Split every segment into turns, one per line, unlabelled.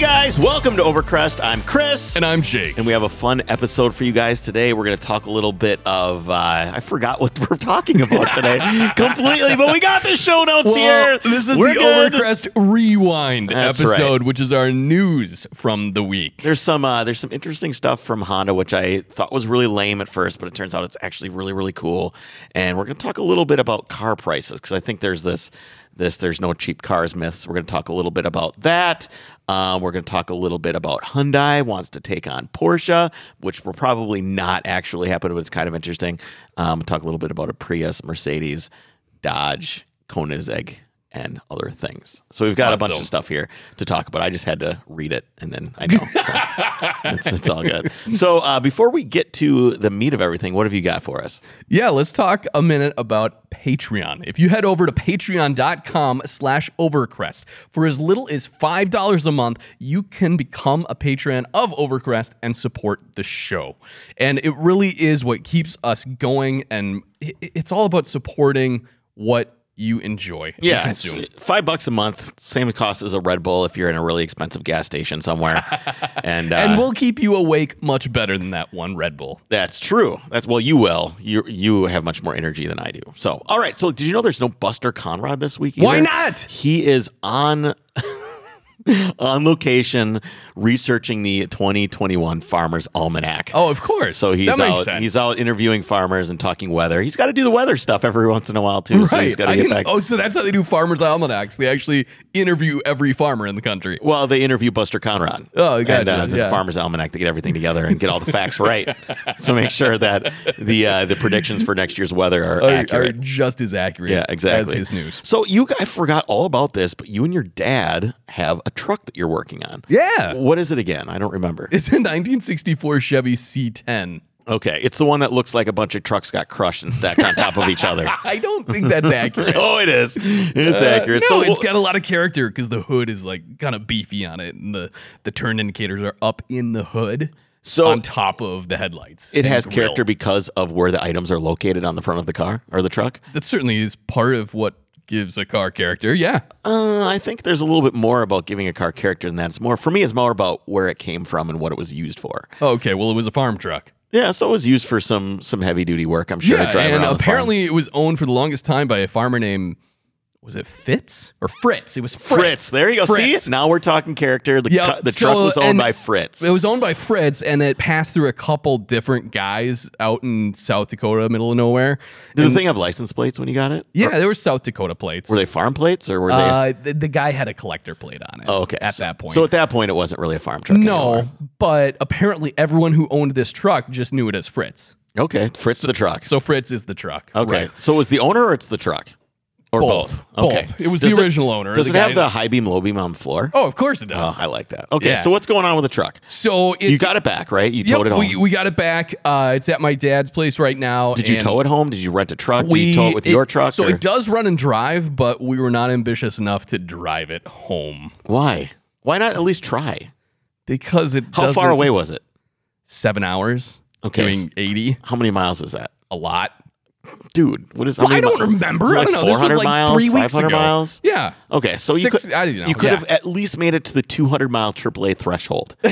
guys. Welcome to Overcrest. I'm Chris.
And I'm Jake.
And we have a fun episode for you guys today. We're going to talk a little bit of, uh, I forgot what we're talking about today completely, but we got the show notes
Well,
here.
This is
We're
the
good.
Overcrest Rewind
That's
episode, which is our news from the week.
There's some uh, there's some interesting stuff from Honda, which I thought was really lame at first, but it turns out it's actually really really cool. And we're going to talk a little bit about car prices because I think there's this this there's no cheap cars myths. We're going to talk a little bit about that. Um, we're going to talk a little bit about Hyundai wants to take on Porsche, which will probably not actually happen, but it's kind of interesting. Um, talk a little bit about a Prius, Mercedes, Dodge, Koenigsegg, and other things. So we've got a bunch
Awesome.
of stuff here to talk about. I just had to read it, and then I know so it's, it's all good. So uh, before we get to the meat of everything, what have you got for us?
Yeah, let's talk a minute about Patreon. If you head over to patreon.com slash overcrest, for as little as $5 a month, you can become a patron of Overcrest and support the show. And it really is what keeps us going, and i- i- it's all about supporting what you enjoy and
Yeah, it's
consume.
five bucks a month, same cost as a Red Bull if you're in a really expensive gas station somewhere. and uh,
And we'll keep you awake much better than that one Red Bull.
that's true. That's well, you will. You you have much more energy than I do. So, all right. So, did you know there's no Buster Conrad this week?
Why
either?
not?
He is on on location researching the 2021 Farmers Almanac.
Oh, of course.
So he's
that makes
out.
sense.
He's out interviewing farmers and talking weather. He's got to do the weather stuff every once in a while too. So he's got
I
to get
didn't-
back.
Oh, so that's how they do farmers' almanacs. They actually interview every farmer in the country.
Well, they interview Buster Conrad.
Oh,
And,
gotcha,
uh, the
yeah.
Farmer's Almanac to get everything together and get all the facts right, so make sure that the uh, the predictions for next year's weather are,
Are, are
accurate.
just as accurate.
yeah, exactly.
As his news.
So you, I forgot all about this, but you and your dad have a truck that you're working on.
Yeah.
What is it again? I don't remember.
It's a 1964 Chevy C10.
okay, it's the one that looks like a bunch of trucks got crushed and stacked on top of each other.
I don't think that's accurate.
Oh, it is. It's
Uh,
accurate. so
no, it's got a lot of character because the hood is like kind of beefy on it, and the the turn indicators are up in the hood,
So-
on top of the headlights.
It
and
has
grill.
character because of where the items are located on the front of the car or the truck.
That certainly is part of what gives a car character. Yeah.
Uh, I think there's a little bit more about giving a car character than that. It's more for me. It's more about where it came from and what it was used for.
Oh, okay. Well, it was a farm truck.
Yeah, so it was used for some some heavy duty work. I'm sure. to drive
and
around the farm.
apparently it was owned for the longest time by a farmer named was it Fitz or Fritz? It was Fritz.
Fritz. There you go.
Fritz.
See, now we're talking character. The,
Yep,
cu- the
so-
truck was owned
and-
by Fritz.
It was owned by Fritz, and it passed through a couple different guys out in South Dakota, middle of nowhere.
Did the thing have license plates when you got it?
Yeah, there were South Dakota plates.
Were they farm plates or were they?
Uh, the, the guy had a collector plate on it.
oh, okay.
at
so,
that point.
So at that point, it wasn't really a farm truck. anymore.
no, but apparently everyone who owned this truck just knew it as Fritz.
Okay, Fritz the truck.
So Fritz is the truck.
Okay.
right.
So it was the owner or it's the truck? Or both?
Both.
Okay.
Both. It was the original owner,
Does
the
it
guy
have the
that-
high beam, low beam on the floor?
Oh, of course it
Oh,
does.
I like that. Okay.
Yeah.
So what's going on with the truck?
so it,
You got it back, right? You
Yep,
towed it home.
we, we got it back. Uh, it's at my dad's place right now.
Did you tow it home? Did you rent a truck?
We,
Did you tow it with your truck?
So
or-
it does run and drive, but we were not ambitious enough to drive it home
Why? Why not at least try?
because it.
How far
doesn't-
away was it?
Seven hours.
Okay.
Doing eighty,
How many miles is that?
a lot.
Dude, what is
Well,
how
I
many
don't
mi-
remember.
Is it
I don't know. This was
400
like
miles,
three weeks
500
ago.
miles?
Yeah.
Okay, so you
Six-
could
I don't know,
you could
yeah.
have at least made it to the 200 mile AAA threshold.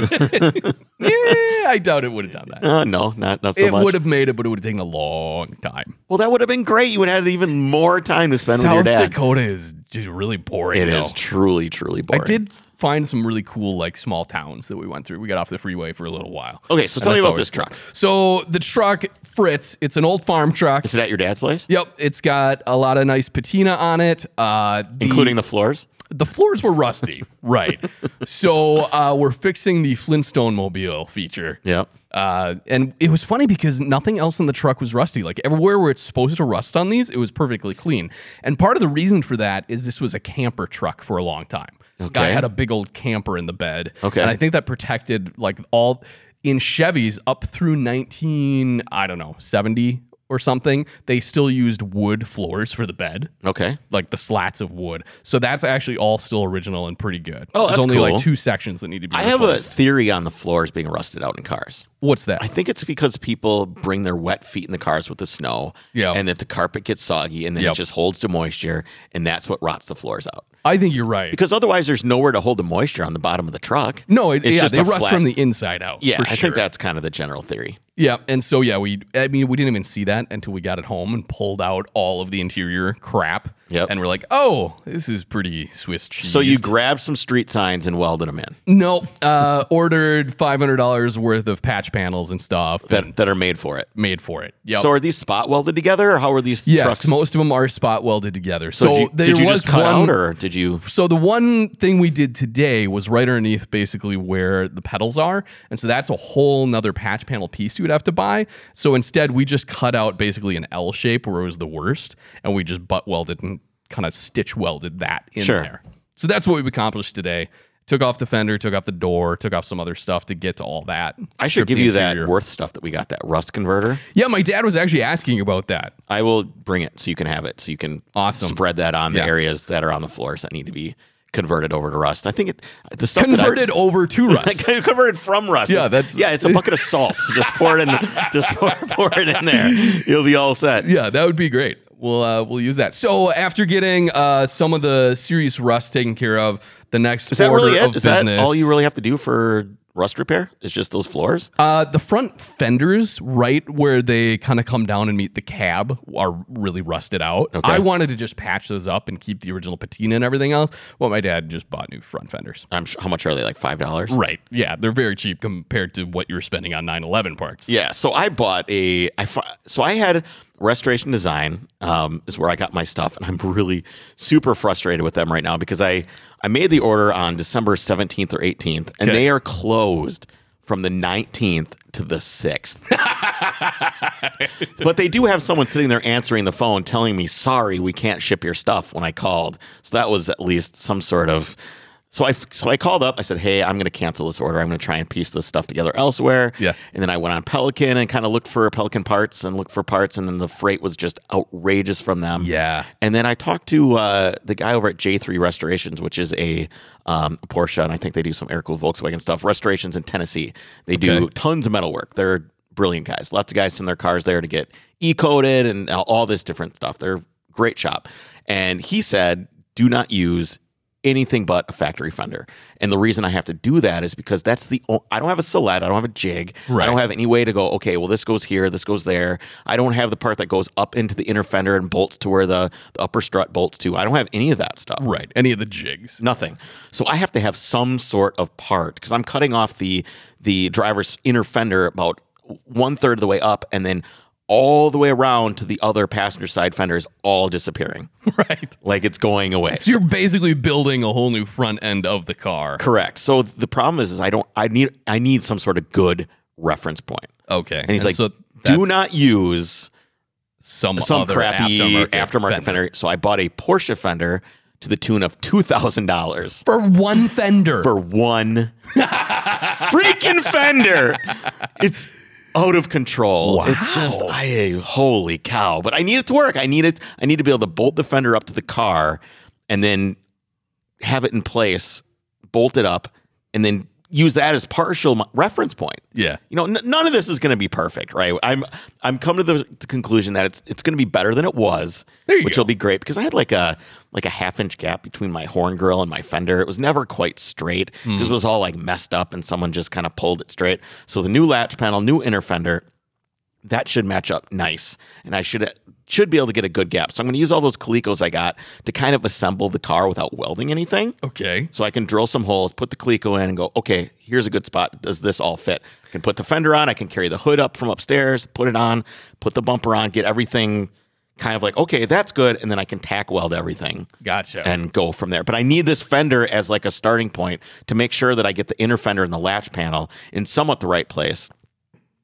yeah. I doubt it would have done that.
Uh, no, not not so
it
much.
would have made it, but it would have taken a long time.
Well, that would have been great. You would have had even more time to spend with your
South
dad.
Dakota is just really boring.
It
though.
is truly, truly
I
boring.
did find some really cool like small towns that we went through. We got off the freeway for a little while.
Okay, so
And
tell me
that's
about
always
this truck.
So the truck, Fritz, it's an old farm truck.
Is it at your dad's place,
Yep, it's got a lot of nice patina on it. Uh, the,
including the floors?
the floors were rusty, right? So uh, we're fixing the Flintstone mobile feature.
Yep.
Uh, and it was funny because nothing else in the truck was rusty. Like everywhere where it's supposed to rust on these, it was perfectly clean. And part of the reason for that is this was a camper truck for a long time. Guy
Okay.
had a big old camper in the bed.
Okay.
And I think that protected like all in Chevys up through 19, I don't know, 70 or something, they still used wood floors for the bed,
Okay.
like the slats of wood. So that's actually all still original and pretty good.
Oh,
There's
that's
only like
cool.
two sections that need to be
I have a
replaced.
theory on the floors being rusted out in cars.
What's that?
I think it's because people bring their wet feet in the cars with the snow,
Yeah.
and that the carpet gets soggy, and then
Yep.
it just holds to moisture, and that's what rots the floors out.
I think you're right.
Because otherwise, there's nowhere to hold the moisture on the bottom of the truck.
no, it,
it's
yeah,
just
they
a
rust
flat-
from the inside out.
Yeah,
for
I
sure.
think that's kind of the general theory.
Yeah, and so yeah, we I mean we didn't even see that until we got it home and pulled out all of the interior crap.
Yep.
And we're like, oh, this is pretty Swiss cheese.
So you grabbed some street signs and welded them in
no uh, ordered five hundred dollars worth of patch panels and stuff and
that, that are made for it.
made for it. Yep.
So are these spot welded together, or how are these
yes,
trucks?
most of them are spot welded together. So,
So did you,
there
did you
was
just cut out,
one,
or did you?
so the one thing we did today was right underneath basically where the pedals are and so that's a whole nother patch panel piece you would have to buy so instead we just cut out basically an l shape where it was the worst and we just butt welded and kind of stitch welded that in
Sure.
there so that's what we accomplished today took off the fender took off the door took off some other stuff to get to all that
I should
Stripped
give
the
you
interior.
that worth stuff that we got that rust converter.
yeah my dad was actually asking about that
I will bring it so you can have it so you can
Awesome.
spread that on the
Yeah.
areas that are on the floors that need to be converted over to rust. I think it the stuff that Oh, I-
converted over to rust
Like, converted from rust.
Yeah,
It's-
that's-
yeah. It's a bucket of salt. So just pour it in. Just pour, pour it in there. You'll be all set.
Yeah, that would be great. We'll uh, we'll use that. So after getting uh, some of the serious rust taken care of, the next
Is that
order
really
of
it? Is
business,
that all you really have to do for rust repair? Is just those floors?
uh, the front fenders, right where they kind of come down and meet the cab, are really rusted out.
Okay.
I wanted to just patch those up and keep the original patina and everything else. Well, my dad just bought new front fenders.
I'm sure, how much are they? Like five dollars.
Right? Yeah, they're very cheap compared to what you were spending on 911 parts.
Yeah, so I bought a I fu- so I had Restoration Design um, is where I got my stuff, and I'm really super frustrated with them right now because I I made the order on December 17th or 18th, and
Okay.
they are closed from the 19th to the 6th. but they do have someone sitting there answering the phone telling me, "Sorry, we can't ship your stuff." When I called, so that was at least some sort of. So I so I called up. I said, "Hey, I'm going to cancel this order. I'm going to try and piece this stuff together elsewhere."
Yeah.
And then I went on Pelican and kind of looked for Pelican parts and looked for parts, and then the freight was just outrageous from them.
Yeah.
And then I talked to uh, the guy over at J3 Restorations, which is a um, Porsche, and I think they do some air cooled Volkswagen stuff. Restorations in Tennessee. They do
Okay.
tons of metal work. They're brilliant guys. Lots of guys send their cars there to get e coated and all this different stuff. They're a great shop. And he said, do not use anything but a factory fender. And the reason I have to do that is because that's the o- I don't have a select, I don't have a jig. I
Right.
don't have any way to go, okay, well this goes here, this goes there. I don't have the part that goes up into the inner fender and bolts to where the, the upper strut bolts to. I don't have any of that stuff.
Right. Any of the jigs.
Nothing. So I have to have some sort of part because I'm cutting off the the driver's inner fender about one third of the way up, and then all the way around to the other passenger side fender is all disappearing,
Right.
like it's going away.
So you're basically building a whole new front end of the car.
Correct. So th- the problem is, is I don't. I need. I need some sort of good reference point.
Okay.
And he's like,
so
do
that's-
not use
some
some
other
crappy aftermarket, fender.
fender.
So I bought a Porsche fender to the tune of two thousand dollars
for one fender.
for one freaking fender. It's out of control. It's just I holy cow. But I need it to work. I need it. I need to be able to bolt the fender up to the car, and then have it in place, bolt it up, and then use that as partial mo- reference point.
yeah,
You know, n- none of this is going to be perfect, right? I'm I'm come to the, the conclusion that it's it's going to be better than it was,
There you
which
go.
will be great because I had like a like a half inch gap between my horn grill and my fender. It was never quite straight because
Hmm.
it was all like messed up, and someone just kind of pulled it straight. So the new latch panel, new inner fender, that should match up nice, and I should should be able to get a good gap. So I'm going to use all those Colecos I got to kind of assemble the car without welding anything.
okay,
So I can drill some holes, put the Coleco in, and go, okay, here's a good spot. Does this all fit? I can put the fender on. I can carry the hood up from upstairs, put it on, put the bumper on, get everything kind of like, okay, that's good. And then I can tack weld everything
gotcha.
and go from there. But I need this fender as like a starting point to make sure that I get the inner fender and the latch panel in somewhat the right place.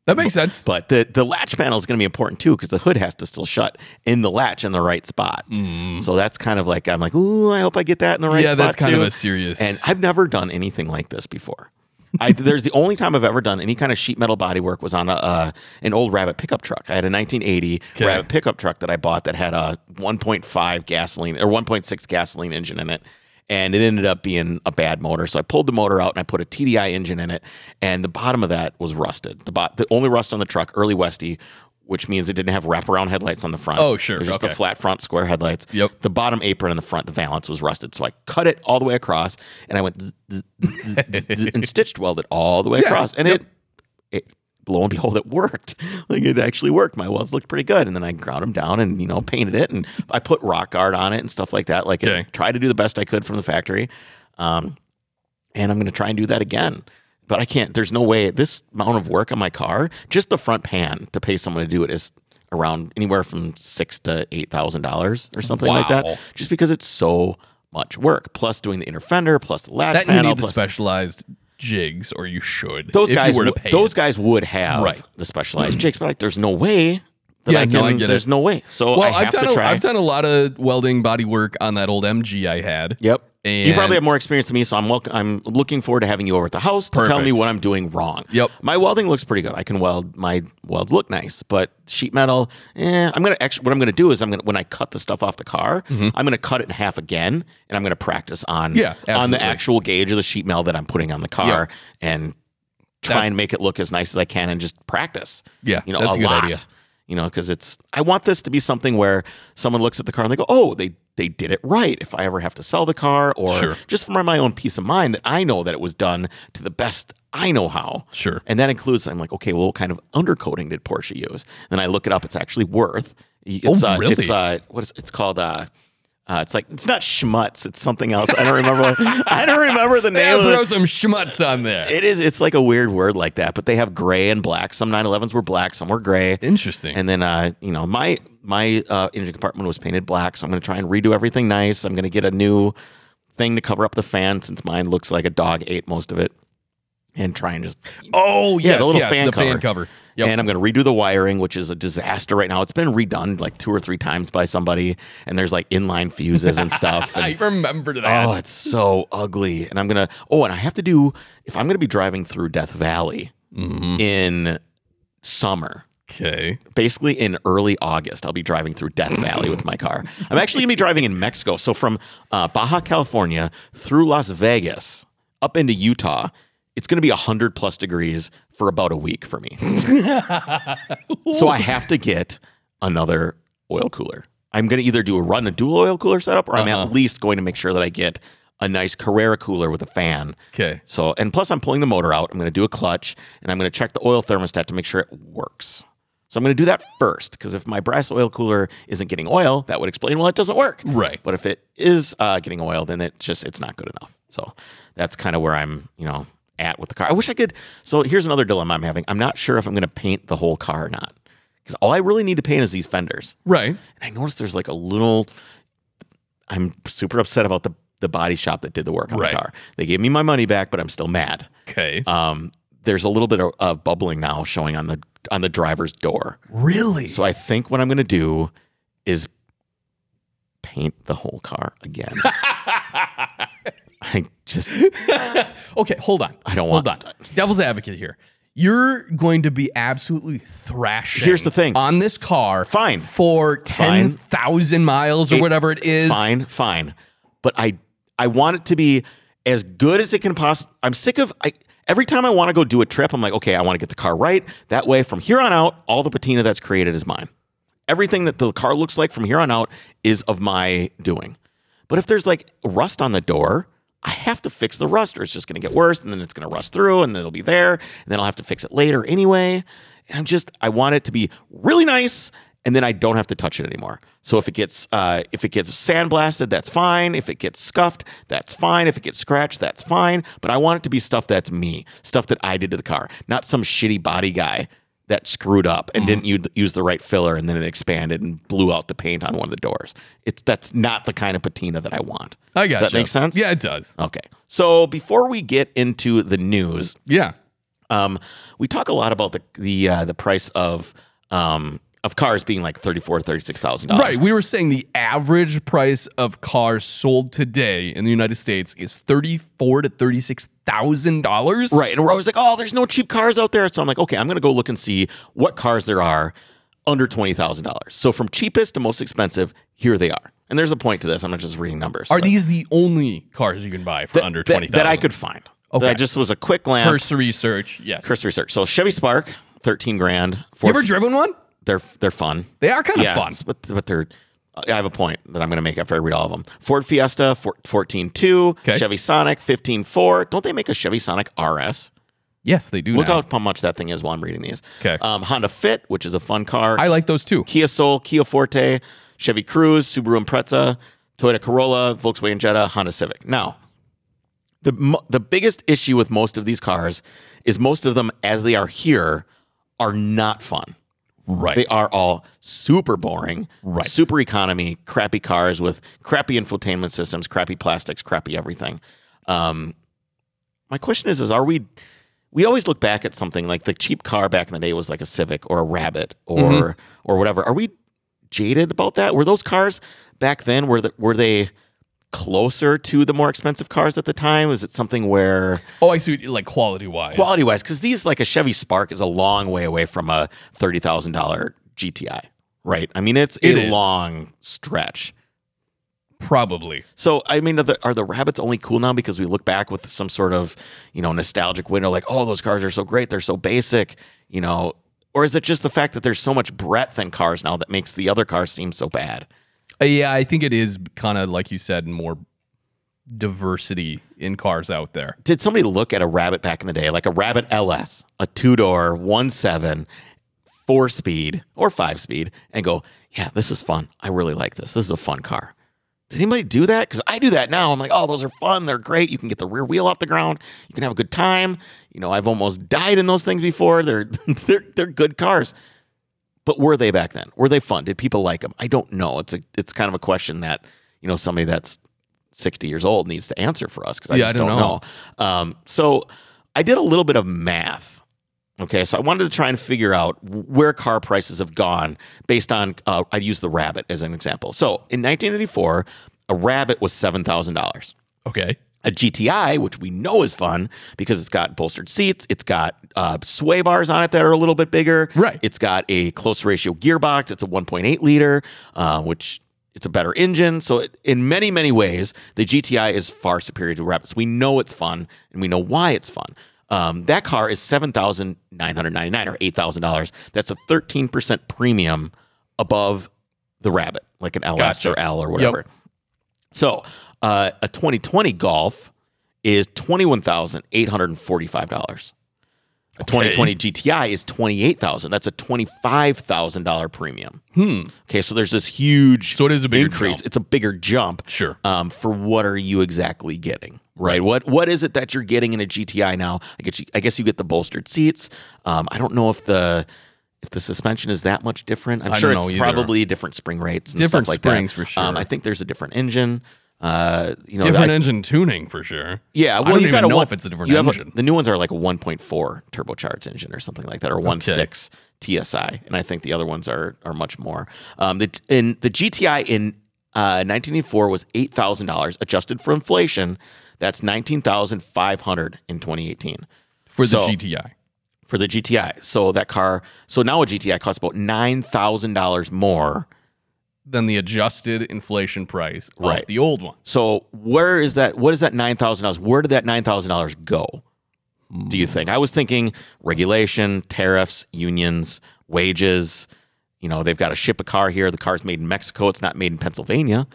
that makes sense.
But the, the latch panel is going to be important too because the hood has to still shut in the latch in the right spot. So that's kind of like I'm like, ooh, I hope I get that in the right
Mm-hmm. yeah,
spot.
that's kind of
too."
a serious.
And I've never done anything like this before. I, there's the only time I've ever done any kind of sheet metal bodywork was on a, uh, an old Rabbit pickup truck. I had a 1980
Okay.
Rabbit pickup truck that I bought that had a 1.5 gasoline or 1.6 gasoline engine in it. And it ended up being a bad motor. So I pulled the motor out and I put a TDI engine in it. And the bottom of that was rusted. The, bo- the only rust on the truck, early Westy, which means it didn't have wraparound headlights on the front.
Oh, sure.
It was just
Okay.
a flat front square headlights.
Yep.
The bottom apron in the front, the valance was rusted. So I cut it all the way across and I went zzz, zzz, zzz, zzz, zzz, and stitched welded all the way
Yeah.
across. And
Yep.
it, it, lo and behold, it worked. Like it actually worked. My welds looked pretty good. And then I ground them down and, you know, painted it. And I put rock guard on it and stuff like that. Like
Okay.
it, tried to do the best I could from the factory. Um, and I'm going to try and do that again. But I can't. There's no way. This amount of work on my car, just the front pan, to pay someone to do it is around anywhere from six to eight thousand dollars or something like
Wow.
that. Just because it's so much work, plus doing the inner fender, plus the latch
That you
panel,
need the
plus
specialized jigs, or you should.
those
if
guys.
you were to
w-
pay
those
it.
guys would have
Right.
the specialized jigs, but like, there's no way. That
Yeah,
I can,
no, I get it.
there's no way. So I
Well,
have
I've done
to
a,
try.
I've done a lot of welding body work on that old MG I had.
Yep. you
And-
probably have more experience than me, so I'm welcome, I'm looking forward to having you over at the house to tell
Perfect.
me what I'm doing wrong.
Yep.
My welding looks pretty good. I can weld. My welds look nice, but sheet metal. Eh, I'm gonna actually. What I'm gonna do is I'm gonna when I cut the stuff off the car, I'm gonna cut it in half again, and I'm gonna practice on
Mm-hmm. Yeah,
on
absolutely.
the actual gauge of the sheet metal that I'm putting on the car and try
That's-
and make it look as nice as I can and just practice
Yeah,
you know,
that's
a,
a good
lot.
idea.
You know, because it's I want this to be something where someone looks at the car and they go, "Oh, they they did it right." If I ever have to sell the car, or
Sure.
just for my own peace of mind that I know that it was done to the best I know how.
Sure.
And that includes I'm like, okay, well, what kind of undercoating did Porsche use? Then I look it up. It's actually worth. It's, uh,
Oh, really?
It's uh, what is it's called? Uh, uh, it's like it's not schmutz. It's something else. I don't remember. What, I don't remember the name.
Yeah,
of it.
throw some schmutz on there.
It is. It's like a weird word like that. But they have gray and black. Some 911s were black. Some were gray.
Interesting.
And then, uh, you know, my my uh, engine compartment was painted black, so I'm going to try and redo everything nice. I'm going to get a new thing to cover up the fan since mine looks like a dog ate most of it, and try and just.
oh yes,
Yeah, the little
yes,
fan
the
cover.
fan cover. Yep.
And I'm going to redo the wiring, which is a disaster right now. It's been redone like two or three times by somebody, and there's like inline fuses and stuff. and-
I remembered that.
Oh, it's so ugly. And I'm gonna. Oh, and I have to do if I'm gonna be driving through Death Valley in summer.
okay.
Basically, in early August, I'll be driving through Death Valley with my car. I'm actually gonna be driving in Mexico. So from uh, Baja California through Las Vegas up into Utah, it's gonna be hundred plus degrees for about a week for me. so I have to get another oil cooler. I'm going to either do a run a dual oil cooler setup, or I'm at least going to make sure that I get a nice Carrera cooler with a fan.
Okay.
So, and plus, I'm pulling the motor out. I'm going to do a clutch, and I'm going to check the oil thermostat to make sure it works. So I'm going to do that first, because if my brass oil cooler isn't getting oil, that would explain well it doesn't work.
Right.
But if it is uh, getting oil, then it's just it's not good enough. So that's kind of where I'm, you know, at with the car. I wish I could. So here's another dilemma I'm having. I'm not sure if I'm going to paint the whole car or not, because all I really need to paint is these fenders.
Right.
And I noticed there's like a little. I'm super upset about the the body shop that did the work on
Right.
the car. They gave me my money back, but I'm still mad.
Okay.
Um, there's a little bit of, of bubbling now showing on the on the driver's door.
really?
So I think what I'm going to do is paint the whole car again. I just
okay, hold on.
I don't
hold
want
on. Devil's advocate here. You're going to be absolutely thrashing.
Here's the thing.
on this car.
Fine.
for ten thousand miles or whatever it is.
fine, fine. But I I want it to be as good as it can possibly. I'm sick of I every time I want to go do a trip, I'm like, okay, I want to get the car right. That way, from here on out, all the patina that's created is mine. Everything that the car looks like from here on out is of my doing. But if there's like rust on the door, I have to fix the rust, or it's just going to get worse, and then it's going to rust through, and then it'll be there, and then I'll have to fix it later anyway. And I'm just, I want it to be really nice, and then I don't have to touch it anymore. So if it gets, uh, if it gets sandblasted, that's fine. If it gets scuffed, that's fine. If it gets scratched, that's fine. But I want it to be stuff that's me, stuff that I did to the car, not some shitty body guy that screwed up and
Mm-hmm.
didn't u- use the right filler and then it expanded and blew out the paint on one of the doors. It's that's not the kind of patina that I want.
I got
Does that make sense?
Yeah, it does.
Okay. So before we get into the news,
Yeah.
um, we talk a lot about the the uh, the price of um, of cars being like thirty four, thirty six thousand dollars.
Right. We were saying the average price of cars sold today in the United States is thirty-four to thirty-six thousand dollars.
Right. And we're always like, oh, there's no cheap cars out there. So I'm like, okay, I'm going to go look and see what cars there are under $20,000. So from cheapest to most expensive, here they are. And there's a point to this. I'm not just reading numbers.
Are
but
these the only cars you can buy for
that-
under
that-
twenty thousand?
That I could find.
Okay.
That just was a quick glance.
cursory search. Yes.
Cursory search. So Chevy Spark, 13 grand.
you
Four,
ever driven one?
they're, they're fun.
They are kind of fun.
But, but they're, I have a point that I'm going to make after I read all of them. Ford Fiesta, four- 14.2.
Okay.
Chevy Sonic, 15.4. Don't they make a Chevy Sonic RS?
Yes, they do.
Look
now.
out how much that thing is while I'm reading these.
'Kay.
Um, Honda Fit, which is a fun car.
I like those too.
Kia Soul, Kia Forte, Chevy Cruze, Subaru Impreza, Toyota Corolla, Volkswagen Jetta, Honda Civic. Now, the mo- the biggest issue with most of these cars is most of them, as they are here, are not fun.
Right.
They are all super boring,
Right.
super economy, crappy cars with crappy infotainment systems, crappy plastics, crappy everything. Um, my question is: Is are we? We always look back at something like the cheap car back in the day was like a Civic or a Rabbit or
Mm-hmm.
or whatever. Are we jaded about that? Were those cars back then? Were the, were they closer to the more expensive cars at the time? Is it something where?
oh, I see. what you- Like quality wise.
quality wise, because these like a Chevy Spark is a long way away from a thirty thousand dollar GTI, right? I mean, it's
It
a
is.
long stretch.
Probably.
So I mean, are the, are the rabbits only cool now because we look back with some sort of you know nostalgic window, like oh those cars are so great, they're so basic, you know, or is it just the fact that there's so much breadth in cars now that makes the other cars seem so bad?
Uh, yeah, I think it is kind of like you said, more diversity in cars out there.
did somebody look at a rabbit back in the day like a rabbit ls a two-door one seven four speed or five speed and go yeah this is fun i really like this this is a fun car did anybody do that because i do that now i'm like oh those are fun they're great you can get the rear wheel off the ground you can have a good time you know i've almost died in those things before they're they're, they're good cars but were they back then were they fun did people like them i don't know it's a it's kind of a question that you know somebody that's 60 years old needs to answer for us because i
Yeah, I
just
don't
don't,
know.
know, Um, so i did a little bit of math okay so i wanted to try and figure out where car prices have gone based on uh, i used the rabbit as an example so in 1984 a rabbit was $7000
Okay.
a GTI, which we know is fun because it's got bolstered seats, it's got uh, sway bars on it that are a little bit bigger.
Right.
It's got a close ratio gearbox. It's a 1.8 liter, uh, which it's a better engine. So it, in many, many ways, the GTI is far superior to Rapids. We know it's fun and we know why it's fun. Um, that car is seven thousand nine hundred ninety nine or eight thousand dollars. That's a thirteen percent premium above the Rabbit, like an LS or L or whatever. So uh, a 2020 Golf is twenty one thousand eight hundred and forty five dollars. A 2020 GTI is twenty eight thousand. That's a twenty five thousand dollar premium.
Hmm.
Okay, so there's this huge
So it is a bigger
increase.
jump.
It's a bigger jump.
Sure.
Um, for what are you exactly getting? Right. What What is it that you're getting in a GTI now? I guess you, I guess you get the bolstered seats. Um, I don't know if the if the suspension is that much different. I'm
I
sure
don't
it's
know either.
probably different spring rates. And
Different
stuff like
springs
that.
for
Um,
sure.
I think there's a different engine. Uh, you know,
different
I-
engine tuning for sure.
yeah, well,
I don't
you
even
got a
know
one-
if it's a different
you have a-
engine.
the new ones are like a 1.4 turbocharged engine or something like that, or 1.6 TSI, and I think the other ones are are much more. Um, the in the GTI in uh, 1984 was eight thousand dollars adjusted for inflation. That's nineteen thousand five hundred in 2018
for the
So-
GTI.
for the GTI. So that car, so now a GTI costs about nine thousand dollars more.
Than the adjusted inflation price of
Right.
the old one.
So where is that? What is that nine thousand dollars? Where did that nine thousand dollars go? Do you think? I was thinking regulation, tariffs, unions, wages. You know, they've got to ship a car here. The car's made in Mexico. It's not made in Pennsylvania,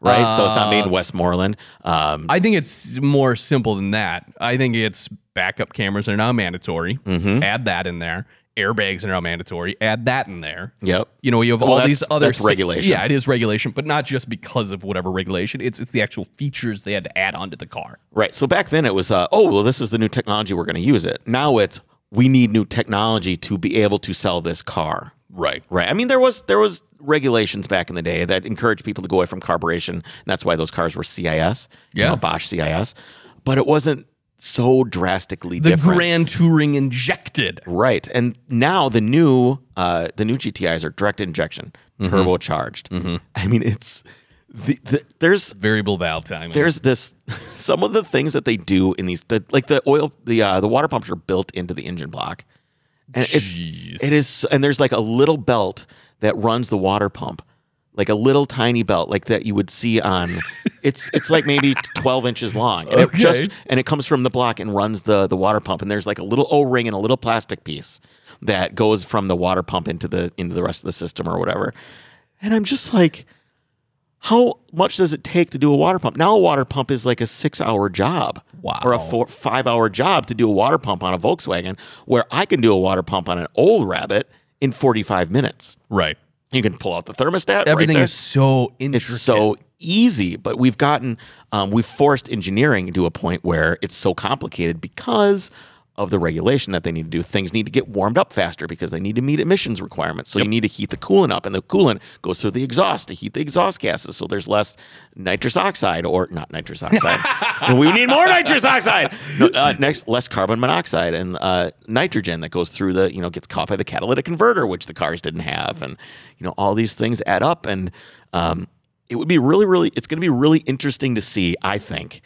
right? so it's not made in Westmoreland. Um,
I think it's more simple than that. I think it's backup cameras are now mandatory.
Mm-hmm.
Add that in there. Airbags are now mandatory. Add that in there.
yep.
You know, you have
Well,
all these
that's-
other
that's
si-
regulation.
Yeah, it is regulation, but not just because of whatever regulation. It's it's the actual features they had to add onto the car.
Right. So back then it was, uh, oh, well, this is the new technology. We're going to use it. Now it's, we need new technology to be able to sell this car.
Right.
Right. I mean, there was there was regulations back in the day that encouraged people to go away from carburation, and that's why those cars were CIS, you
Yeah.
know, Bosch CIS. But it wasn't so drastically
The
different.
Grand Touring injected.
Right, and now the new uh, the new GTIs are direct injection,
Mm-hmm.
turbocharged. I mean, it's the, the, there's
Variable valve timing.
there's this some of the things that they do in these the, like the oil the uh, the water pumps are built into the engine block, and
Jeez.
it's it is and there's like a little belt that runs the water pump, like a little tiny belt like that you would see on it's it's like maybe twelve inches long, and
Okay.
it just and it comes from the block and runs the the water pump and there's like a little o-ring and a little plastic piece that goes from the water pump into the into the rest of the system or whatever and i'm just like how much does it take to do a water pump now a water pump is like a six hour job
Wow.
or a four five hour job to do a water pump on a volkswagen where i can do a water pump on an old rabbit in 45 minutes
right.
you can pull out the thermostat right
Everything
there
is so intricate.
it's so easy but we've gotten um, we've forced engineering to a point where it's so complicated because of the regulation that they need to do things need to get warmed up faster because they need to meet emissions requirements so you need to heat the coolant up and the coolant goes through the exhaust to heat the exhaust gases so there's less nitrous oxide or not nitrous oxide we need more nitrous oxide No, uh, next less carbon monoxide and uh, nitrogen that goes through the you know gets caught by the catalytic converter which the cars didn't have and you know all these things add up and um, it would be really, really, it's going to be really interesting to see, I think,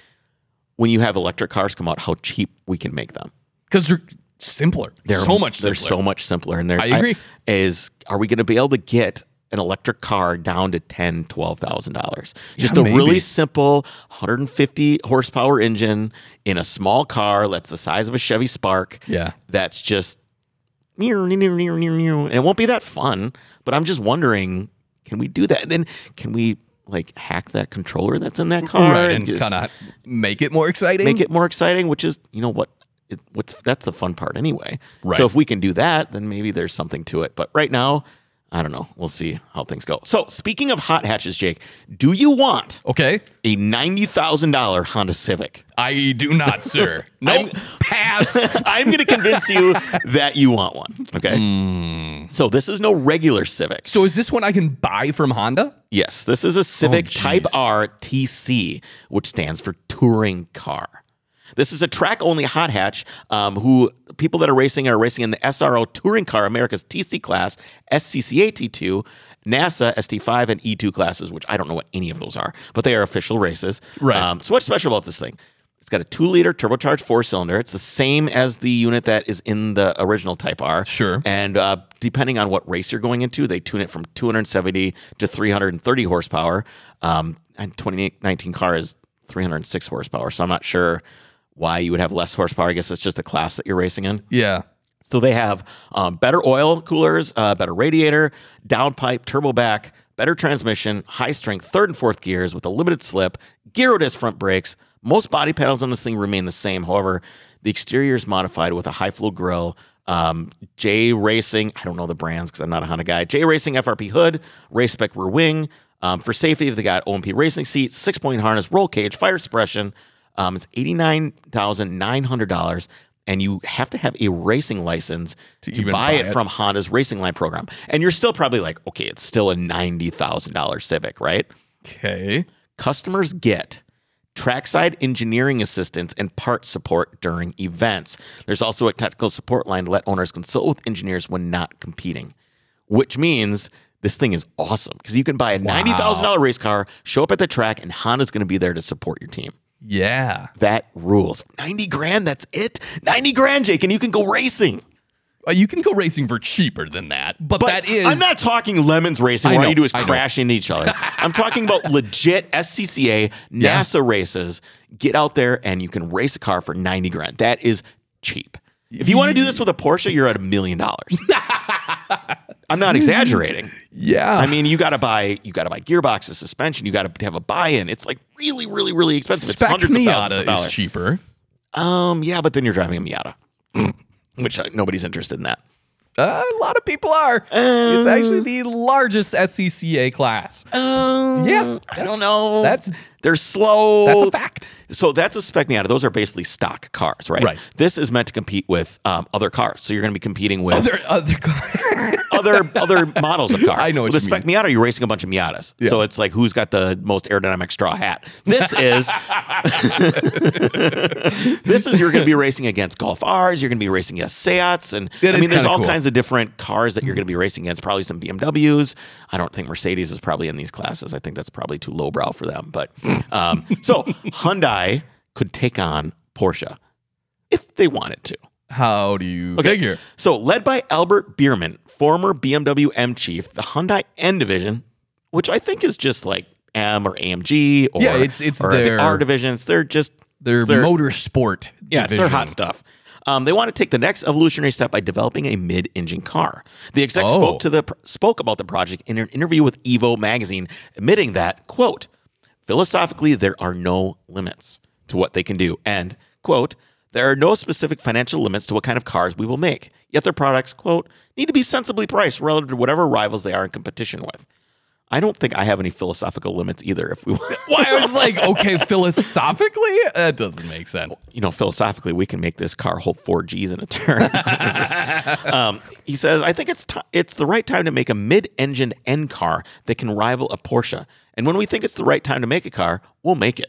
when you have electric cars come out, how cheap we can make them.
because they're simpler. They're so much simpler.
They're so much simpler. And they're,
I agree.
is, are we going to be able to get an electric car down to ten, twelve thousand dollars? Just a
maybe.
really simple 150 horsepower engine in a small car that's the size of a Chevy Spark.
Yeah.
That's just, meow, meow, meow, meow, meow, meow. and it won't be that fun. But I'm just wondering, can we do that? And then can we like hack that controller that's in that car
right, and
just
kind of make it more exciting.
make it more exciting? Which is, you know, what it, what's that's the fun part anyway.
Right.
So if we can do that, then maybe there's something to it. But right now, I don't know. We'll see how things go. So speaking of hot hatches, Jake, do you want
okay.
a ninety thousand dollar Honda Civic?
I do not, sir. No pass.
I'm going to convince you that you want one. Okay. So this is no regular Civic.
So is this one I can buy from Honda?
Yes, this is a Civic
geez.
Type R TC, which stands for touring car. This is a track-only hot hatch. Um, who people that are racing are racing in the SRO Touring Car America's TC class, SCCA T2, NASA ST5, and E2 classes, which I don't know what any of those are, but they are official races. Um,
Right.
so what's special about this thing? It's got a two-liter turbocharged four-cylinder. It's the same as the unit that is in the original Type R.
Sure.
And uh, depending on what race you're going into, they tune it from 270 to 330 horsepower. Um, and 2019 car is 306 horsepower. So I'm not sure why you would have less horsepower. I guess it's just the class that you're racing in.
Yeah.
So they have um, better oil coolers, uh, better radiator, downpipe, turbo back, better transmission, high strength third and fourth gears with a limited slip, gyro disc front brakes. Most body panels on this thing remain the same. However, the exterior is modified with a high flow grille. Um, J Racing, I don't know the brands because I'm not a Honda guy. J Racing FRP hood, race spec rear wing. Um, for safety, they got OMP racing seats, six point harness, roll cage, fire suppression. Um, it's eighty nine thousand nine hundred dollars, and you have to have a racing license to,
even
buy,
buy
it,
it.
from Honda's Racing Line program. And you're still probably like, okay, it's still a ninety thousand dollars Civic, right?
Okay.
Customers get trackside engineering assistance and part support during events. There's also a technical support line to let owners consult with engineers when not competing, which means this thing is awesome because you can buy a $90,000 race car, show up at the track, and Honda's going to be there to support your team.
Yeah.
That rules. 90 grand, that's it. 90 grand, Jake, and you can go racing.
Uh, you can go racing for cheaper than that, but,
But
that is
I'm not talking lemons racing where
know,
all you do is
I know.
crash into each other. I'm talking about legit SCCA, NASA races. Get out there and you can race a car for 90 grand. That is cheap. If you want to do this with a Porsche, you're at a million dollars. I'm not exaggerating.
Yeah.
I mean, you got to buy you got to buy gearboxes, suspension, you got to have a buy-in. It's like really really really expensive. It's
spec
hundreds of thousands of
Miata
dollars.
is cheaper.
Um, yeah, but then you're driving a Miata, which uh, nobody's interested in that.
Uh, a lot of people are. it's actually
Um,
the largest SCCA class. yeah,
I
that's-
don't know.
That's
they're slow.
that's a fact.
So that's a spec Miata. Those are basically stock cars, right?
Right.
This is meant to compete with um, other cars. So you're going to be competing with
Other other cars.
other, other other models of car.
I know what
With
you
a spec Miata, you're racing a bunch of Miatas. So it's like who's got the most aerodynamic straw hat. This is this is you're going to be racing against Golf R's. You're going to be racing against Seats, and
That
I
is
mean, there's
kinda
all
cool.
kinds of different cars that you're going to be racing against. Probably some BMWs. I don't think Mercedes is probably in these classes. I think that's probably too lowbrow for them. But um, so Hyundai could take on Porsche if they wanted to.
How do you figure?
So, led by Albert Bierman, former BMW M chief, the Hyundai N division, which I think is just like M or AMG or,
Yeah, it's- it's
or
their-
the R divisions. They're just
Their
it's their-
motorsport.
yeah, it's their
division.
hot stuff. Um, they want to take the next evolutionary step by developing a mid-engine car. The exec
Oh.
spoke to the spoke about the project in an interview with Evo magazine, admitting that quote philosophically there are no limits to what they can do, and quote there are no specific financial limits to what kind of cars we will make. Yet their products quote need to be sensibly priced relative to whatever rivals they are in competition with. I don't think I have any philosophical limits either. If we want.
Why I was like, okay, philosophically, that doesn't make sense.
you know, philosophically, we can make this car hold four G's in a turn. It's just- um, he says, I think it's ti it's the right time to make a mid-engined N car that can rival a Porsche. And when we think it's the right time to make a car, we'll make it.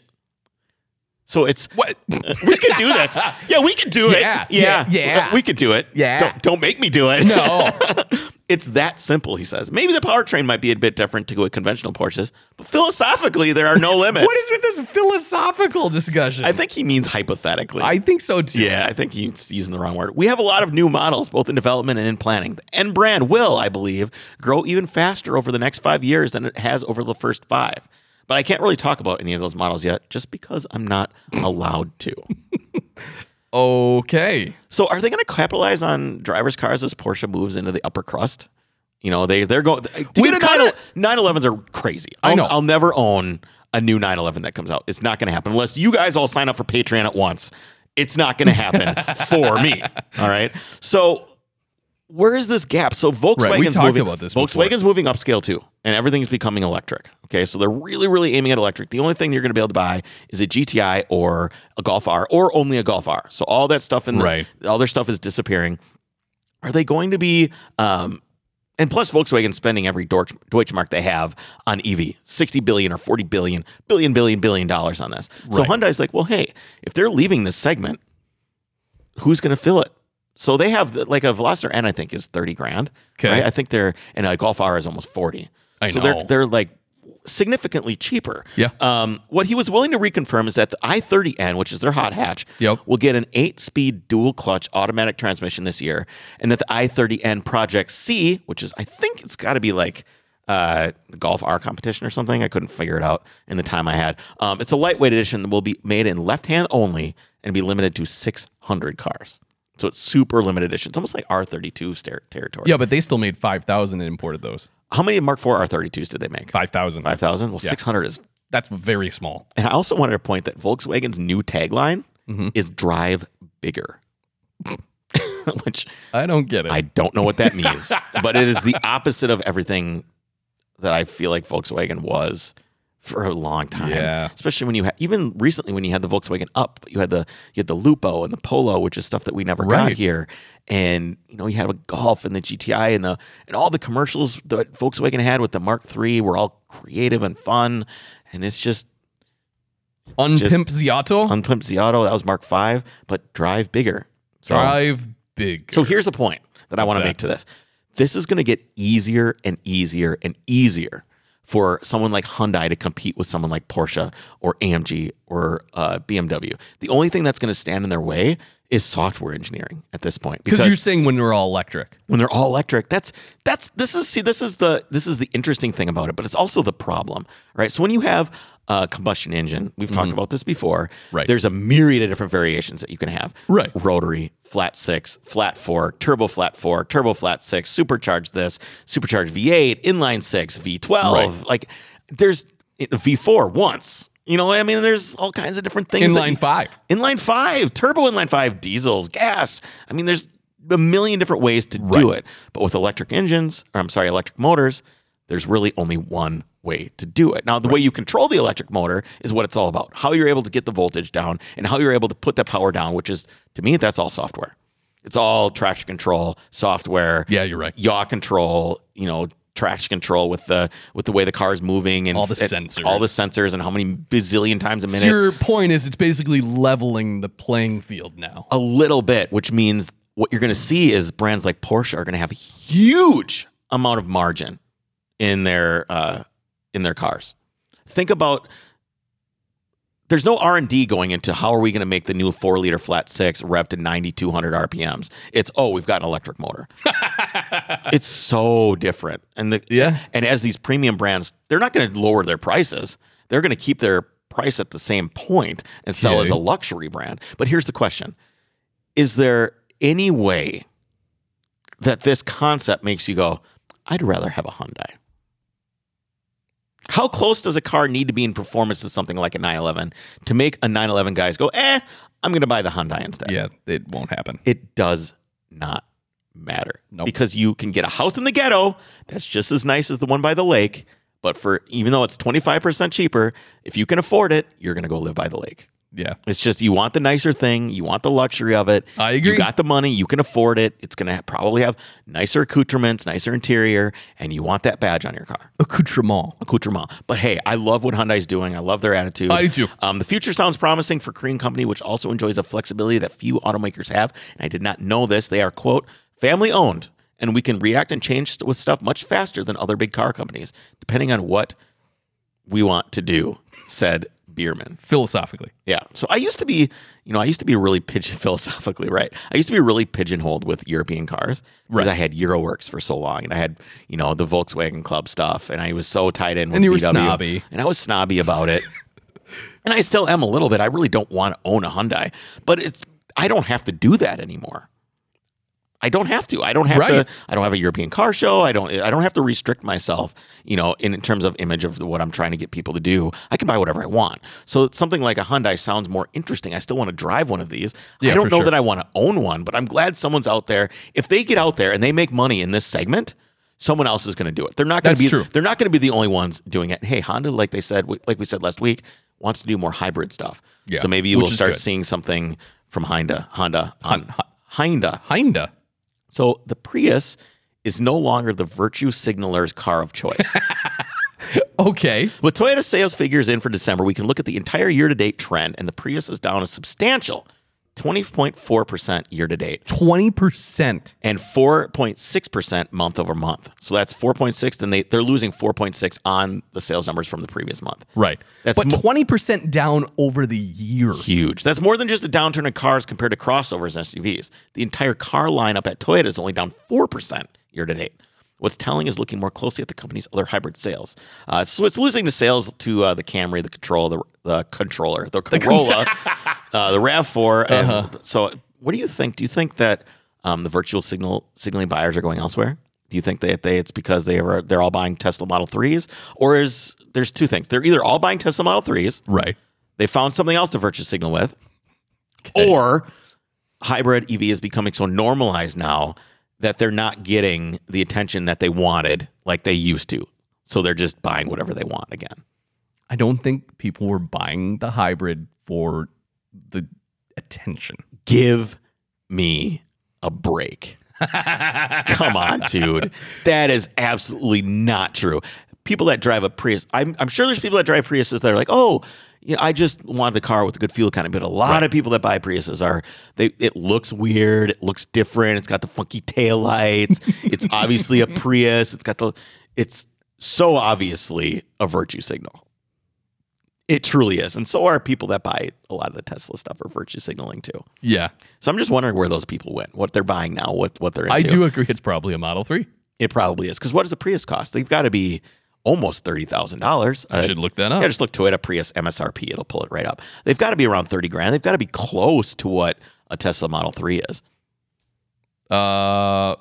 So it's
What?
we could do this. Yeah, we could do it.
Yeah,
yeah,
yeah, yeah.
We could do it.
Yeah.
Don't don't make me do it.
No.
It's that simple, he says. Maybe the powertrain might be a bit different to a conventional Porsches, but philosophically, there are no limits.
What is with this philosophical discussion?
I think he means hypothetically.
I think so too.
Yeah, I think he's using the wrong word. We have a lot of new models, both in development and in planning. The N brand will, I believe, grow even faster over the next five years than it has over the first five. But I can't really talk about any of those models yet, just because I'm not allowed to.
Okay.
So, are they going to capitalize on drivers' cars as Porsche moves into the upper crust? You know, they they're going.
We've
We've
kinda-
kind of 911s are crazy.
I
I'll,
know.
I'll never own a new 911 that comes out. It's not going to happen unless you guys all sign up for Patreon at once. It's not going to happen for me. All right. So where is this gap? So Volkswagen's
we talked
moving,
about this before.
Volkswagen's moving upscale too, and everything's becoming electric. Okay, so they're really, really aiming at electric. The only thing you're going to be able to buy is a GTI or a Golf R, or only a Golf R. So all that stuff in the,
Right.
all their stuff is disappearing. Are they going to be? Um, and plus, Volkswagen's spending every Deutsch, Deutschmark they have on EV, sixty billion or forty billion, billion, billion, billion dollars on this. So
Right.
Hyundai's like, well, hey, if they're leaving this segment, who's going to fill it? So they have the, like a Veloster N, I think, is thirty grand.
Okay.
I think they're and a Golf R is almost forty.
I
so
know.
they're they're like significantly cheaper.
Yeah.
Um, what he was willing to reconfirm is that the i30N, which is their hot hatch,
Yep.
will get an eight-speed dual-clutch automatic transmission this year, and that the i30N Project C, which is I think it's got to be like uh, the Golf R competition or something. I couldn't figure it out in the time I had. Um, it's a lightweight edition that will be made in left-hand only and be limited to 600 cars. So it's super limited edition. It's almost like R32 ter- territory.
Yeah, but they still made 5,000 and imported those.
How many Mark IV R32s did they make?
5,000.
5,000? Well, 600 is
That's very small. Mm-hmm.
And I also wanted to point that Volkswagen's new tagline is drive bigger, which
I don't get it.
I don't know what that means, but it is the opposite of everything that I feel like Volkswagen was for a long time.
Yeah.
Especially when you had, even recently when you had the Volkswagen up, but you had the, you had the Lupo and the Polo, which is stuff that we never got
Right.
here. And, you know, you had a Golf and the GTI and the, and all the commercials that Volkswagen had with the Mark III were all creative and fun. And it's just,
Unpimp Ziato?
on Pimp the Auto. That was Mark Five, but drive bigger. So,
Drive big.
so here's the point that I want to
that?
make to this. This is going to get easier and easier and easier for someone like Hyundai to compete with someone like Porsche or AMG or uh, BMW. The only thing that's going to stand in their way is software engineering at this point
Because you're saying when we're all electric.
when they're all electric that's that's this is see this is the this is the interesting thing about it but it's also the problem right so when you have a combustion engine we've talked about this before
Mm-hmm. Right.
there's a myriad of different variations that you can have
Right.
rotary flat 6 flat 4 turbo flat 4 turbo flat 6 supercharged this supercharged v8 inline 6 v12 like there's v4 once you know i mean there's all kinds of different things that
Inline
you-
five.
inline five, turbo inline five, diesels, gas. I mean, there's a million different ways to do it. But with electric engines, or I'm sorry, electric motors, there's really only one way to do it. Now, the way you control the electric motor is what it's all about how you're able to get the voltage down and how you're able to put that power down, which is, to me, that's all software. It's all traction control software.
Yeah, you're right.
Yaw control. You know, traction control with the with the way the car's moving and
All the
and
sensors.
all the sensors, and how many bazillion times a minute.
So your point is it's basically leveling the playing field now.
a little bit, which means what you're going to see is brands like Porsche are going to have a huge amount of margin in their uh, in their cars. Think about there's no R and D going into how are we going to make the new four liter flat six rev to 9,200 RPMs. It's oh we've got an electric motor. it's so different, and the
Yeah.
and as these premium brands, they're not going to lower their prices. They're going to keep their price at the same point and sell
Okay.
as a luxury brand. But here's the question Is there any way that this concept makes you go, I'd rather have a Hyundai? How close does a car need to be in performance to something like a 911 to make a 911 guys go, eh, I'm going to buy the Hyundai instead?
Yeah, it won't happen.
it does not matter
Nope.
because you can get a house in the ghetto that's just as nice as the one by the lake but for even though it's 25% cheaper if you can afford it you're going to go live by the lake
Yeah.
it's just you want the nicer thing you want the luxury of it
I agree.
you got the money you can afford it it's going to probably have nicer accoutrements nicer interior and you want that badge on your car
Accoutrement.
accoutrement. But hey, I love what Hyundai's doing. I love their attitude.
I do too.
Um, the future sounds promising for Korean company, which also enjoys a flexibility that few automakers have. And I did not know this. They are quote family owned, and we can react and change st- with stuff much faster than other big car companies, depending on what we want to do. Said Bierman.
Philosophically.
Yeah. So I used to be, you know, I used to be really pigeon philosophically, right? I used to be really pigeonholed with European cars because
Right.
I had Euroworks for so long, and I had, you know, the Volkswagen Club stuff, and I was so tied in with
And you were
VW,
snobby.
and I was snobby about it, and I still am a little bit. I really don't want to own a Hyundai, but it's I don't have to do that anymore. I don't have to. I don't have to.
Right.
I don't have a European car show. I don't. I don't have to restrict myself. You know, in, in terms of image of what I'm trying to get people to do. I can buy whatever I want. So something like a Hyundai sounds more interesting. I still want to drive one of these.
Yeah,
I don't
for
know
sure.
that I want to own one, but I'm glad someone's out there. If they get out there and they make money in this segment, someone else is going to do it. They're not going
That's
to be.
true.
They're not going to be the only ones doing it. Hey, Honda, like they said, like we said last week, wants to do more hybrid stuff.
Yeah,
so maybe you
which
will
is
start
good.
seeing something from Honda. Honda.
Hun-
Honda. Honda.
Kinda.
So the Prius is no longer the virtue signaler's car of choice.
Okay.
With Toyota sales figures in for December, we can look at the entire year to date trend, and the Prius is down a substantial 20.4% year to date
20%.
and 4.6% month over month. So that's 4.6, then they, they're losing 4.6 on the sales numbers from the previous month.
Right.
That's
but
mo-
20% down over the year.
Huge. That's more than just a downturn in cars compared to crossovers and SUVs. The entire car lineup at Toyota is only down 4% year to date. What's telling is looking more closely at the company's other hybrid sales. Uh, so it's losing the sales to uh, the Camry, the Control, the, the controller, the Corolla, uh, the Rav4. And So, what do you think? Do you think that um, the virtual signal signaling buyers are going elsewhere? Do you think that they it's because they are they're all buying Tesla Model Threes, or is there's two things? They're either all buying Tesla Model Threes,
Right.
they found something else to virtue signal with, or hybrid EV is becoming so normalized now that they're not getting the attention that they wanted like they used to. So they're just buying whatever they want again.
I don't think people were buying the hybrid for the attention.
Give me a break. Come on, dude. That is absolutely not true. People that drive a Prius, I'm, I'm sure there's people that drive Priuses that are like, oh, you know, I just wanted the car with a good fuel economy. But a lot of people that buy Priuses are, they it looks weird, it looks different, it's got the funky taillights, it's obviously a Prius, it's got the, it's so obviously a virtue signal. It truly is. And so are people that buy a lot of the Tesla stuff are virtue signaling too.
Yeah.
So I'm just wondering where those people went, what they're buying now, what what they're into.
I do agree it's probably a Model 3.
It probably is. Because what does a Prius cost? They've got to be almost thirty thousand dollars. Uh,
I should look that up.
Yeah, just look Toyota Prius MSRP. It'll pull it right up. They've got to be around thirty grand. They've got to be close to what a Tesla Model Three is
Uh,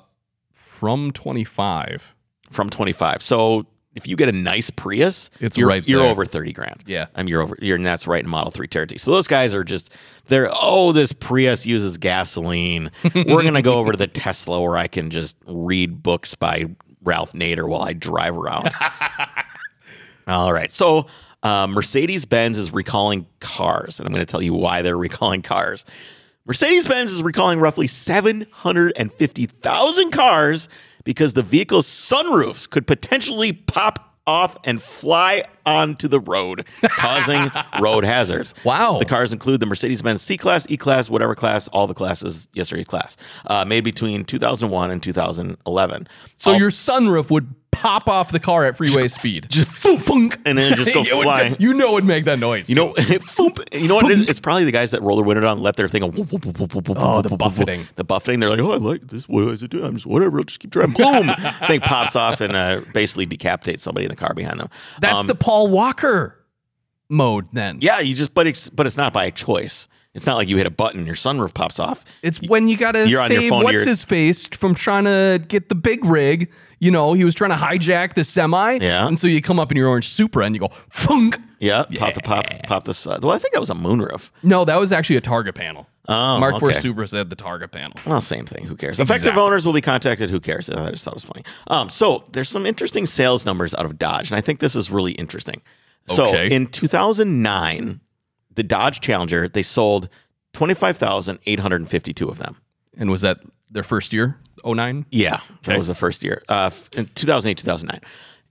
from 25.
from twenty five. So if you get a nice Prius,
It's
you're,
right
You're
there.
over thirty grand.
Yeah.
I'm you're over. You're and that's right in Model Three territory. So those guys are just they're oh this Prius uses gasoline. We're gonna go over to the Tesla where I can just read books by Ralph Nader while I drive around. All right. So uh, Mercedes Benz is recalling cars, and I'm going to tell you why they're recalling cars. Mercedes Benz is recalling roughly 750,000 cars because the vehicle's sunroofs could potentially pop off and fly onto the road, causing road hazards.
Wow.
The cars include the Mercedes Benz C Class, E Class, whatever class, all the classes, yesterday's class, uh, made between 2001 and 2011.
So your sunroof would pop off the car at freeway speed.
just foo- funk, and then it just go
It would-
flying.
You know it'd make that noise.
You know, foomp, you know what it is? It's probably the guys that roll their window down, and let their thing go. whoop, whoop, whoop, whoop, whoop, whoop,
Oh, the
whoop, whoop, whoop.
buffeting.
The buffeting. They're like, oh, I like this. What is it doing? I'm just whatever. I'll just keep trying. Boom! thing pops off and uh, basically decapitates somebody in the car behind them.
That's
Um,
the Paul Walker mode then.
yeah. You just but it's but it's not by choice. It's not like you hit a button, your sunroof pops off.
It's when you gotta
You're on your
save
phone,
what's
you're-
his face from trying to get the big rig. You know, he was trying to hijack the semi.
Yeah.
And so you come up in your orange Supra and you go, funk.
Yeah, pop the pop, pop the. side. Well, I think that was a moonroof.
No, that was actually a target panel.
Oh,
Mark IV
okay.
Supra said the target panel.
Well, same thing. Who cares? Effective
Exactly.
owners will be contacted. Who cares? I just thought it was funny. Um, so there's some interesting sales numbers out of Dodge, and I think this is really interesting. So
Okay.
in 2009, the Dodge Challenger they sold 25,852 of them.
And was that their first year? 09?
Yeah, that was the first year. Uh, f- in 2008, 2009.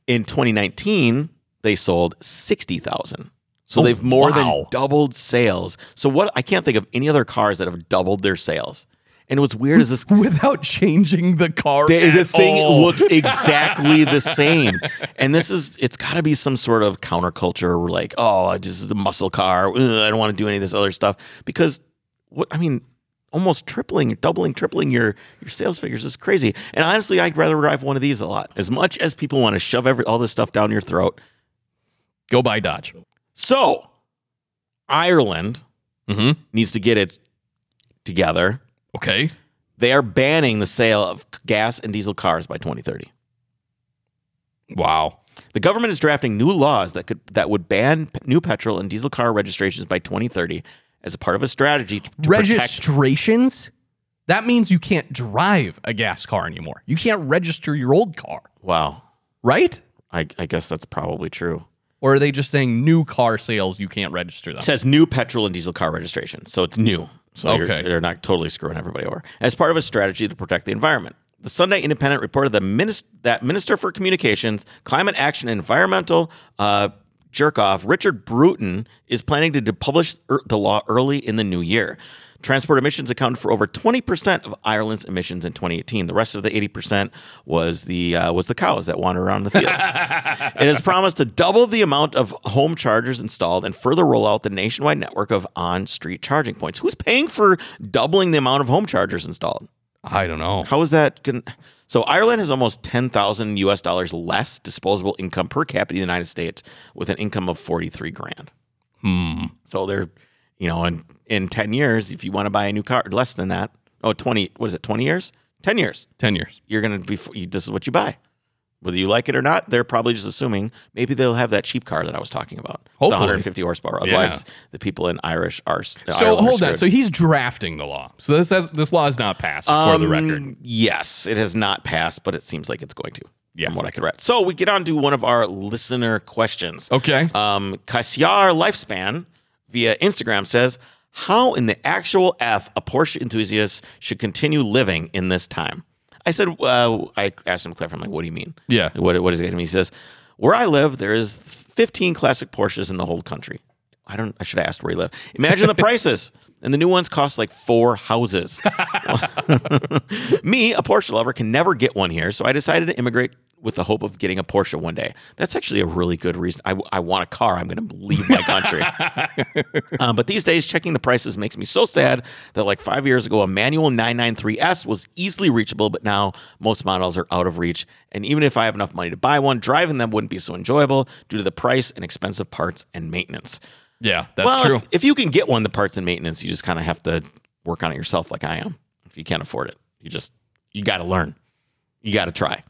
In 2019, they sold 60,000. So
Oh,
they've more than
wow.
doubled sales. So what I can't think of any other cars that have doubled their sales. And what's weird is this
Without changing the car.
the, the
at
thing
all.
looks exactly the same. And this is, it's got to be some sort of counterculture. We're like, oh, I just this is the muscle car. Ugh, I don't want to do any of this other stuff. Because, what I mean, almost tripling, doubling, tripling your, your sales figures is crazy. And honestly, I'd rather drive one of these a lot. As much as people want to shove every, all this stuff down your throat.
Go buy Dodge.
So, Ireland
Mm-hmm.
needs to get it together.
Okay.
They are banning the sale of gas and diesel cars by 2030.
Wow.
The government is drafting new laws that could that would ban p- new petrol and diesel car registrations by 2030 as a part of a strategy to, to protect.
Registrations? That means you can't drive a gas car anymore. You can't register your old car,
Wow,
right?
I, I guess that's probably true.
Or are they just saying new car sales, you can't register them?
It says new petrol and diesel car registration, so it's new. So you're,
Okay.
they're not totally screwing everybody over. As part of a strategy to protect the environment, the Sunday Independent reported the minis- that Minister for Communications, Climate Action, and Environmental uh, jerkoff Richard Bruton is planning to de- publish er- the law early in the new year. Transport emissions accounted for over 20% of Ireland's emissions in 2018. The rest of the 80% was the uh, was the cows that wander around the fields. It has promised to double the amount of home chargers installed and further roll out the nationwide network of on street charging points. Who's paying for doubling the amount of home chargers installed?
I don't know.
How is that? Gonna... So, Ireland has almost 10,000 US dollars less disposable income per capita in the United States with an income of 43 grand.
Hmm.
So, they're, you know, in, in 10 years, if you want to buy a new car, less than that. Oh, 20, what is it, 20 years? 10 years
10 years.
you're gonna be you, this is what you buy whether you like it or not they're probably just assuming maybe they'll have that cheap car that i was talking about the
Hopefully.
150 horsepower otherwise the people in irish are so
So hold on. So he's drafting the law. So this has, this law is not passed for
Um,
the record.
yes it has not passed but it seems like it's going to
Yeah.
from what i could read so we get on to one of our listener questions
Okay.
um kasyar lifespan via instagram says how in the actual f a porsche enthusiast should continue living in this time i said uh, i asked him to clarify i'm like what do you mean
yeah.
what, what is it? And he says, where I live, there is 15 classic Porsches in the whole country. I don't, I should have asked where you live. Imagine the prices. And the new ones cost like four houses. Me, a Porsche lover, can never get one here. So I decided to immigrate with the hope of getting a Porsche one day. That's actually a really good reason. I, I want a car. I'm going to leave my country. Um, but these days, checking the prices makes me so sad that like five years ago, a manual 993S was easily reachable, but now most models are out of reach. And even if I have enough money to buy one, driving them wouldn't be so enjoyable due to the price and expensive parts and maintenance.
Yeah. That's
well,
true.
If, if you can get one, the parts and maintenance, you just kind of have to work on it yourself, like I am. If you can't afford it, you just you got to learn, you got to try.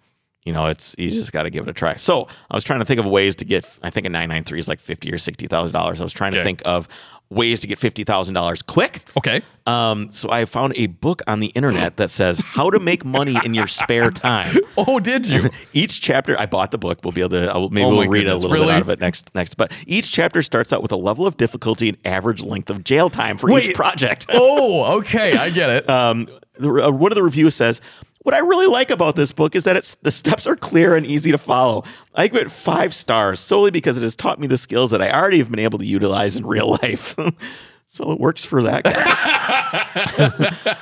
you know, it's you just got to give it a try. So I was trying to think of ways to get. I think a nine nine three is like fifty or sixty thousand dollars. I was trying
Okay.
to think of ways to get fifty thousand dollars quick.
Okay.
Um, so I found a book on the internet that says how to make money in your spare time.
Oh, did you?
Each chapter, I bought the book. We'll be able to. I'll, maybe
Oh my
we'll read
goodness,
a little
really?
bit out of it next. Next, but each chapter starts out with a level of difficulty and average length of jail time for
Wait.
each project.
oh, okay. I get it.
Um, the, uh, one of the reviews says, "What I really like about this book is that it's the steps are clear and easy to follow. I give it five stars solely because it has taught me the skills that I already have been able to utilize in real life." so it works for that. Guy.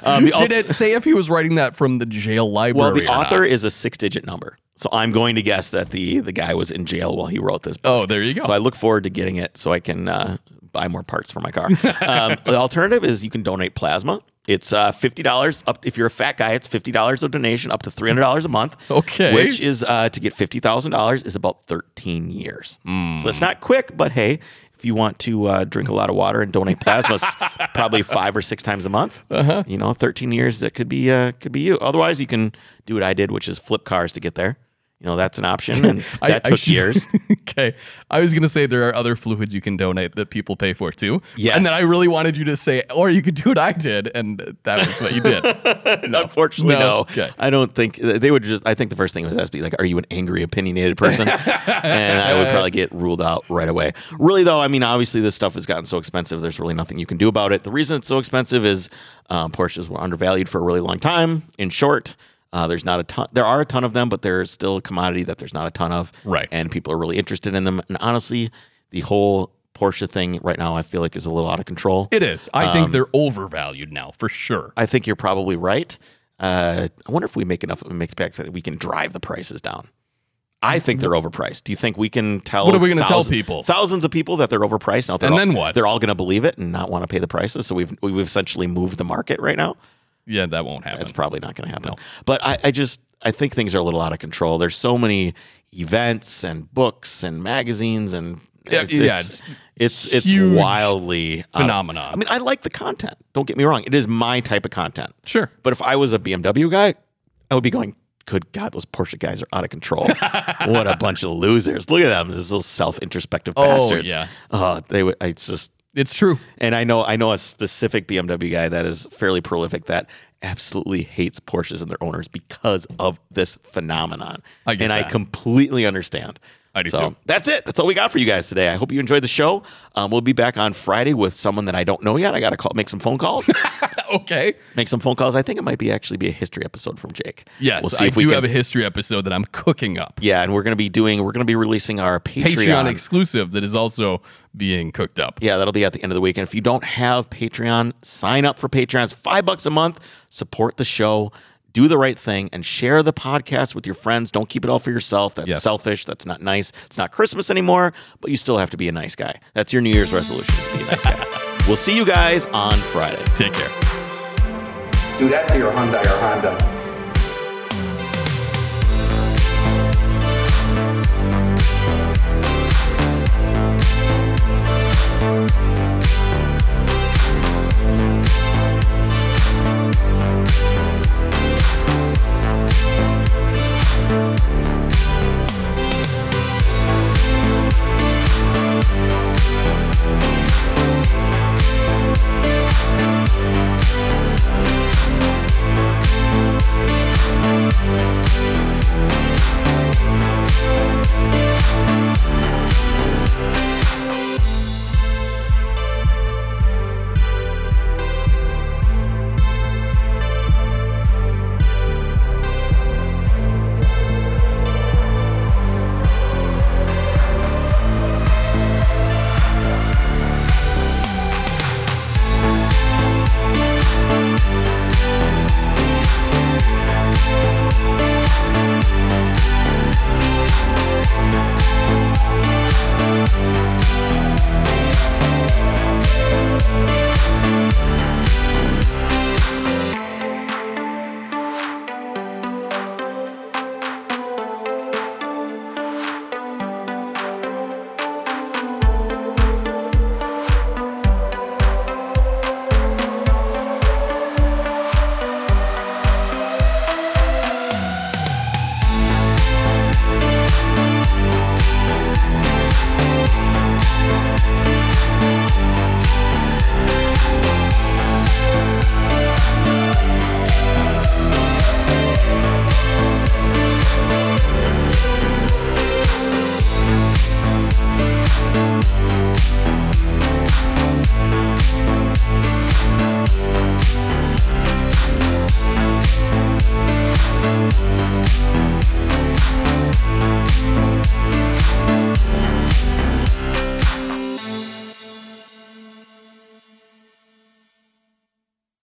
um, the
did
au-
it say if he was writing that from the jail library?
Well, the
or not?
author is a six-digit number, so I'm going to guess that the the guy was in jail while he wrote this. book.
Oh, there you go.
So I look forward to getting it so I can uh, buy more parts for my car. Um, the alternative is you can donate plasma. It's uh, fifty dollars up. If you're a fat guy, it's fifty dollars of donation up to three hundred dollars a month.
Okay.
which is uh, to get fifty thousand dollars is about thirteen years. So that's not quick, but hey, if you want to uh, drink a lot of water and donate plasma, s- probably five or six times a month,
Uh-huh.
you know, thirteen years that could be uh, could be you. Otherwise, you can do what I did, which is flip cars to get there. You know, that's an option, and that
I- I
took
should-
years.
okay. I was going to say there are other fluids you can donate that people pay for too.
Yes.
And then I really wanted you to say, or you could do what I did. And that was what you did.
Unfortunately,
No.
no.
Okay.
I don't think they would just. I think the first thing was asked be like, "Are you an angry, opinionated person?" and I would probably get ruled out right away. Really, though, I mean, obviously, this stuff has gotten so expensive. There's really nothing you can do about it. The reason it's so expensive is um, Porsches were undervalued for a really long time. In short. Uh, there's not a ton. There are a ton of them, but they're still a commodity that there's not a ton of.
Right.
And people are really interested in them. And honestly, the whole Porsche thing right now, I feel like, is a little out of control.
It is. I think they're overvalued now for sure.
Um, I think you're probably right. Uh, I wonder if we make enough mix back that we can drive the prices down. I think they're overpriced. Do you think we can tell?
Mm-hmm. What are we gonna tell
thousands-
people?
Thousands of people that they're overpriced now. They're
And
all-
then what?
They're all going to believe it and not want to pay the prices. So we've we've essentially moved the market right now.
Yeah, that won't happen.
That's probably not going to happen. But I, I just I think things are a little out of control. There's so many events and books and magazines and
Yeah,
it's,
yeah,
it's it's, it's
huge
wildly out of-
phenomenon.
I mean, I like the content. Don't get me wrong. It is my type of content.
Sure.
But if I was a BMW guy, I would be going, good God, those Porsche guys are out of control. what a bunch of losers. Look at them, those little self introspective
Oh,
bastards.
yeah.
Oh, they would, I just,
It's true.
and I know, I know a specific BMW guy that is fairly prolific that absolutely hates Porsches and their owners because of this phenomenon.
I get
and I
that.
completely understand.
I do
so
too.
that's it. That's all we got for you guys today. I hope you enjoyed the show. Um, we'll be back on Friday with someone that I don't know yet. I got to call, make some phone calls
okay.
make some phone calls. I think it might be actually be a history episode from Jake.
Yes,
we'll see
I
if we
do
can-
have a history episode that I'm cooking up.
yeah, and we're gonna be doing we're gonna be releasing our Patreon.
Patreon exclusive that is also being cooked up.
yeah, that'll be at the end of the week. And if you don't have Patreon, sign up for Patreon. It's five bucks a month. Support the show. Do the right thing and share the podcast with your friends. Don't keep it all for yourself. That's
Yes.
selfish. That's not nice. It's not Christmas anymore, but you still have to be a nice guy. That's your New Year's resolution is be a nice guy. we'll see you guys on Friday.
Take care.
Do that to your Hyundai or Honda.